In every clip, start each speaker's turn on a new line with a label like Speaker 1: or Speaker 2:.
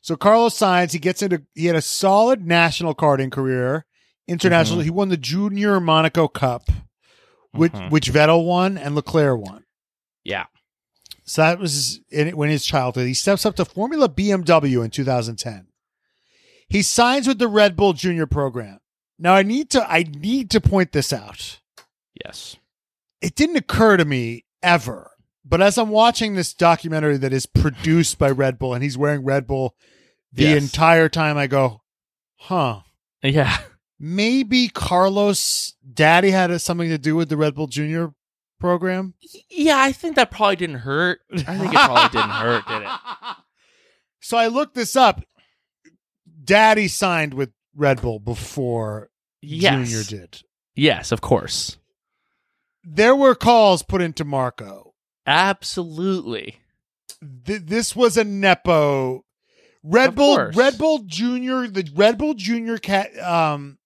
Speaker 1: So Carlos Sainz, he gets into he had a solid national karting career, international. He won the Junior Monaco Cup, which
Speaker 2: Mhm.
Speaker 1: which Vettel won and Leclerc won.
Speaker 2: Yeah.
Speaker 1: So that was in when his childhood. He steps up to Formula BMW in 2010. He signs with the Red Bull Junior program. Now I need to I need to point this out
Speaker 2: Yes.
Speaker 1: it didn't occur to me ever. But as I'm watching this documentary that is produced by Red Bull and he's wearing Red Bull the
Speaker 2: Yes.
Speaker 1: entire time, I go, huh,
Speaker 2: Yeah.
Speaker 1: maybe Carlos' daddy had something to do with the Red Bull Junior program?
Speaker 2: Yeah, I think that probably didn't hurt. I think it probably didn't hurt, did it?
Speaker 1: So I looked this up. Daddy signed with Red Bull before
Speaker 2: Yes.
Speaker 1: Junior did.
Speaker 2: Yes, of course.
Speaker 1: There were calls put into Marco
Speaker 2: Absolutely.
Speaker 1: th- this was a nepo Red
Speaker 2: Of
Speaker 1: Bull
Speaker 2: course.
Speaker 1: Red Bull Junior the Red Bull Junior cat um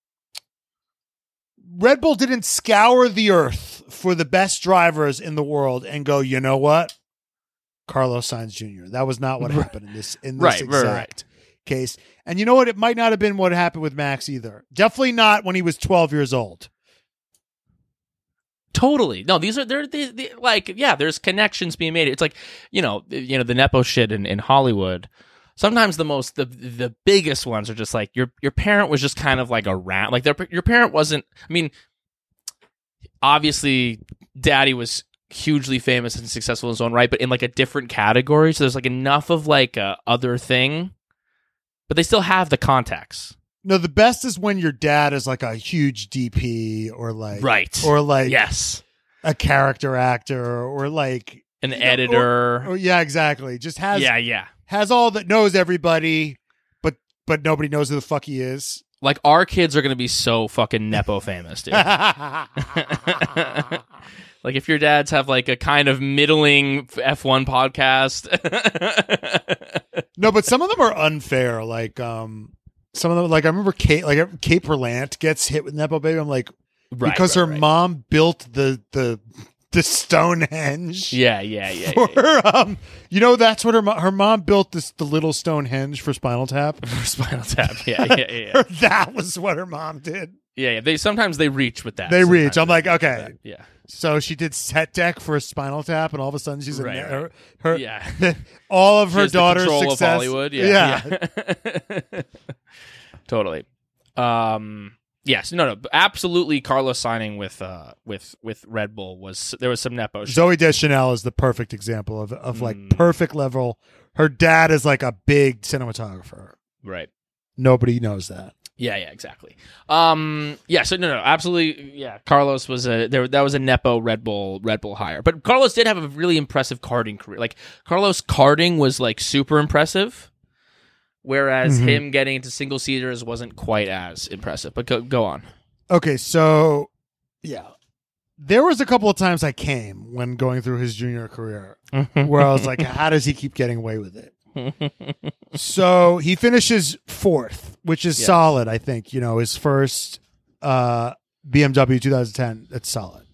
Speaker 1: Red Bull didn't scour the earth for the best drivers in the world and go you know what Carlos Sainz Jr. That was not what
Speaker 2: Right.
Speaker 1: happened in this in this
Speaker 2: Right, right,
Speaker 1: exact
Speaker 2: right.
Speaker 1: case. And you know what? It might not have been what happened with Max either. Definitely not when he was twelve years old.
Speaker 2: Totally. No, these are they're, they, they like yeah. There's connections being made. It's like you know you know the nepo shit in, in Hollywood. Sometimes the most the the biggest ones are just like your your parent was just kind of like around. Like their your parent wasn't. I mean, obviously, daddy was hugely famous and successful in his own right, but in like a different category. So there's like enough of like a other thing, but they still have the contacts.
Speaker 1: No, the best is when your dad is like a huge DP or like
Speaker 2: Right.
Speaker 1: or like
Speaker 2: yes.
Speaker 1: a character actor or like
Speaker 2: An
Speaker 1: you know, or-
Speaker 2: editor.
Speaker 1: oh yeah exactly just has
Speaker 2: yeah. Yeah.
Speaker 1: has all that knows everybody but but nobody knows who the fuck he is
Speaker 2: Like our kids are gonna be so fucking nepo famous, dude. like if your dads have like a kind of middling F one podcast.
Speaker 1: no but some of them are unfair like um some of them like i remember kate like kate berlant gets hit with nepo baby i'm like
Speaker 2: Right,
Speaker 1: because
Speaker 2: right,
Speaker 1: her
Speaker 2: right.
Speaker 1: mom built the the the stonehenge
Speaker 2: Yeah, yeah, yeah. yeah,
Speaker 1: for um you know that's what her mom her mom built this the little stonehenge for spinal tap
Speaker 2: yeah. For Spinal Tap. Yeah, yeah, yeah, yeah.
Speaker 1: that was what her mom did
Speaker 2: yeah, yeah. They sometimes they reach with that.
Speaker 1: They reach.
Speaker 2: Sometimes
Speaker 1: I'm like,
Speaker 2: they reach with
Speaker 1: okay.
Speaker 2: that. Yeah.
Speaker 1: So she did set deck for a Spinal Tap, and all of a sudden she's in
Speaker 2: Right,
Speaker 1: her, her
Speaker 2: Yeah.
Speaker 1: all of
Speaker 2: She
Speaker 1: her
Speaker 2: has the
Speaker 1: daughter's
Speaker 2: control
Speaker 1: success.
Speaker 2: Of Hollywood. Yeah. yeah. totally. Um. Yes. No. No. Absolutely. Carlos signing with uh with with Red Bull was there was some nepo. shit.
Speaker 1: Zoe Deschanel is the perfect example of of like
Speaker 2: Mm.
Speaker 1: perfect level. Her dad is like a big cinematographer.
Speaker 2: Right.
Speaker 1: Nobody knows that.
Speaker 2: Yeah, yeah, exactly. Um, yeah, so no, no, absolutely. Yeah, Carlos was a there. That was a nepo Red Bull Red Bull hire, but Carlos did have a really impressive karting career. Like Carlos karting was like super impressive, whereas
Speaker 1: Mhm.
Speaker 2: him getting into single seaters wasn't quite as impressive. But go go on.
Speaker 1: Okay, so yeah, there was a couple of times I came when going through his junior career
Speaker 2: Mm-hmm.
Speaker 1: where I was like, how does he keep getting away with it? so he finishes fourth, which is
Speaker 2: Yes.
Speaker 1: solid, I think. You know, his first uh, BMW 2010, that's solid.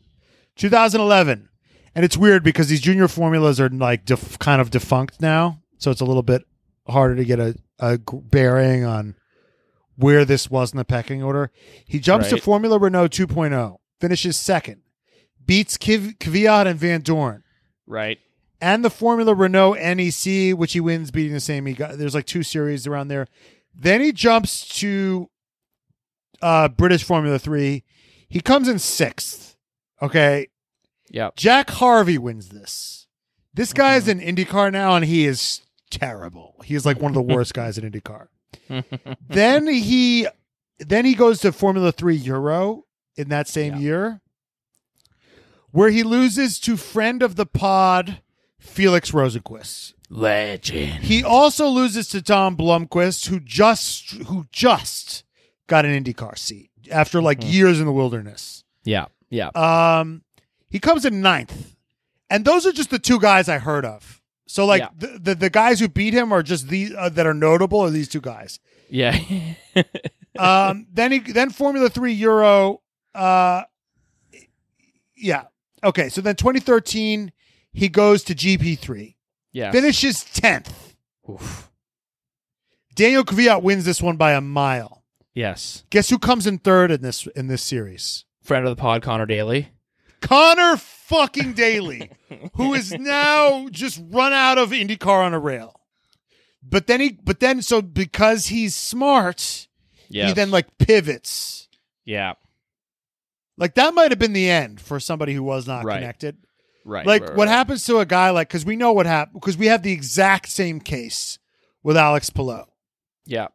Speaker 1: 2011, and it's weird because these junior formulas are like def- kind of defunct now, so it's a little bit harder to get a, a g- bearing on where this was in the pecking order. He jumps to
Speaker 2: Right.
Speaker 1: Formula Renault 2.0, finishes second, beats Kvyat Kvyat and Van Dorn
Speaker 2: right.
Speaker 1: and the Formula Renault NEC, which he wins beating the same. He got there's like two series around there. Then he jumps to uh, British Formula Three. He comes in sixth. Okay,
Speaker 2: Yeah.
Speaker 1: Jack Harvey wins this. This guy is in IndyCar now, and he is terrible. He is like one of the worst guys in IndyCar. then he, then he goes to Formula Three Euro in that same
Speaker 2: Yeah.
Speaker 1: year, where he loses to friend of the pod Felix Rosenquist.
Speaker 2: Legend.
Speaker 1: He also loses to Tom Blumquist, who just who just got an IndyCar seat after like years in the wilderness.
Speaker 2: Yeah. Yeah.
Speaker 1: Um, he comes in ninth, and those are just the two guys I heard of. So like
Speaker 2: Yeah.
Speaker 1: the, the the guys who beat him are just these uh, that are notable are these two guys.
Speaker 2: Yeah.
Speaker 1: Um, then he then Formula Three Euro. Uh, yeah. Okay. So then 2013, he goes to GP3,
Speaker 2: yeah.
Speaker 1: finishes 10th.
Speaker 2: Oof.
Speaker 1: Daniel Kvyat wins this one by a mile.
Speaker 2: Yes.
Speaker 1: Guess who comes in third in this in this series?
Speaker 2: Friend of the pod, Connor Daly.
Speaker 1: Connor fucking Daly, who is now just run out of IndyCar on a rail. But then he, but then so because he's smart,
Speaker 2: Yeah.
Speaker 1: he then like pivots.
Speaker 2: yeah.
Speaker 1: Like that might have been the end for somebody who was not
Speaker 2: Right.
Speaker 1: connected.
Speaker 2: Right.
Speaker 1: Like
Speaker 2: right,
Speaker 1: what
Speaker 2: right.
Speaker 1: happens to a guy like because we know what happened because we have the exact same case with Alex Pillow,
Speaker 2: Yeah.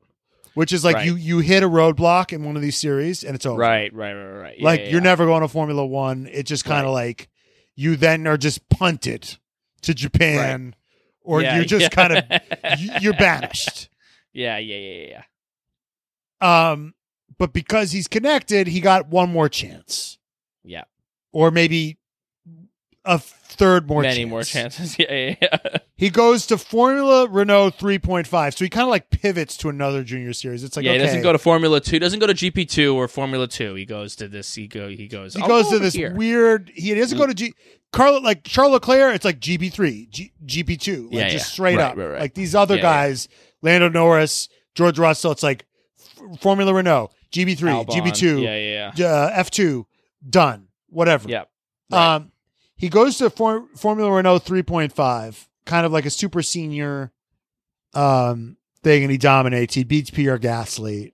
Speaker 1: which is like
Speaker 2: Right.
Speaker 1: you you hit a roadblock in one of these series and it's over.
Speaker 2: Right. Right. Right. Right. Yeah,
Speaker 1: Like
Speaker 2: yeah,
Speaker 1: you're
Speaker 2: yeah.
Speaker 1: never going to Formula One. It just kind of like you then are just punted to Japan, or
Speaker 2: Yeah,
Speaker 1: you're just
Speaker 2: yeah.
Speaker 1: kind of you're banished.
Speaker 2: Yeah. Yeah. Yeah. Yeah.
Speaker 1: Um, but because he's connected, he got one more chance.
Speaker 2: Yeah.
Speaker 1: or maybe a third more.
Speaker 2: Many
Speaker 1: chance.
Speaker 2: more chances. Yeah. Yeah. yeah.
Speaker 1: He goes to Formula Renault 3.5, so he kind of like pivots to another junior series. It's like
Speaker 2: yeah
Speaker 1: okay,
Speaker 2: He doesn't go to Formula Two. Doesn't go to GP two or Formula Two. He goes to this. He go. He goes.
Speaker 1: he
Speaker 2: "I'll
Speaker 1: goes
Speaker 2: go
Speaker 1: to
Speaker 2: over
Speaker 1: this
Speaker 2: here."
Speaker 1: weird. He doesn't go to G. Carlo like Charles Leclerc. It's like GB three, G, GP two, like
Speaker 2: Yeah,
Speaker 1: just
Speaker 2: yeah.
Speaker 1: straight
Speaker 2: Right,
Speaker 1: up.
Speaker 2: right, right.
Speaker 1: Like these other
Speaker 2: Yeah, yeah.
Speaker 1: guys, Lando Norris, George Russell. It's like F- Formula Renault, GB three,
Speaker 2: Albon.
Speaker 1: GB two,
Speaker 2: Yeah. Yeah.
Speaker 1: uh, F two, done, whatever.
Speaker 2: Yeah. Right.
Speaker 1: Um, he goes to For- Formula Renault 3.5, kind of like a super senior um, thing, and he dominates. He beats Pierre Gasly.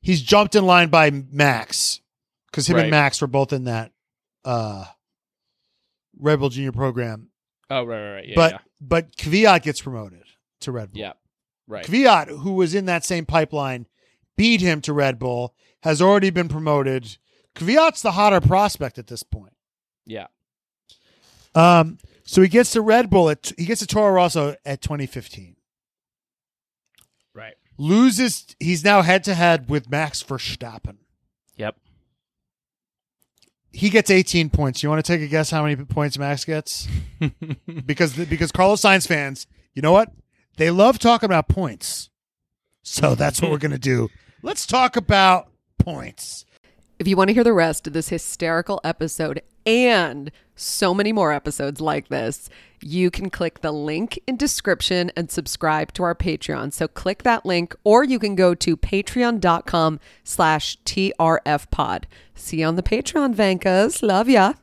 Speaker 1: He's jumped in line by Max because him
Speaker 2: Right.
Speaker 1: and Max were both in that uh, Red Bull Junior program.
Speaker 2: Oh. Right. Right. Right. Yeah.
Speaker 1: but
Speaker 2: yeah.
Speaker 1: but Kvyat gets promoted to Red Bull.
Speaker 2: Yeah. Right.
Speaker 1: Kvyat, who was in that same pipeline, beat him to Red Bull, has already been promoted. Kvyat's the hotter prospect at this point.
Speaker 2: Yeah.
Speaker 1: Um, so he gets to Red Bull. At, he gets to Toro Rosso at 2015.
Speaker 2: Right.
Speaker 1: Loses. He's now head to head with Max Verstappen.
Speaker 2: Yep.
Speaker 1: He gets 18 points. You want to take a guess how many points Max gets? because because Carlos Sainz fans, you know what? They love talking about points. So that's what we're gonna do. Let's talk about points.
Speaker 3: If you want to hear the rest of this hysterical episode and so many more episodes like this, you can click the link in description and subscribe to our Patreon. So click that link or you can go to patreon.com slash trfpod. See you on the Patreon, Vankas. Love ya.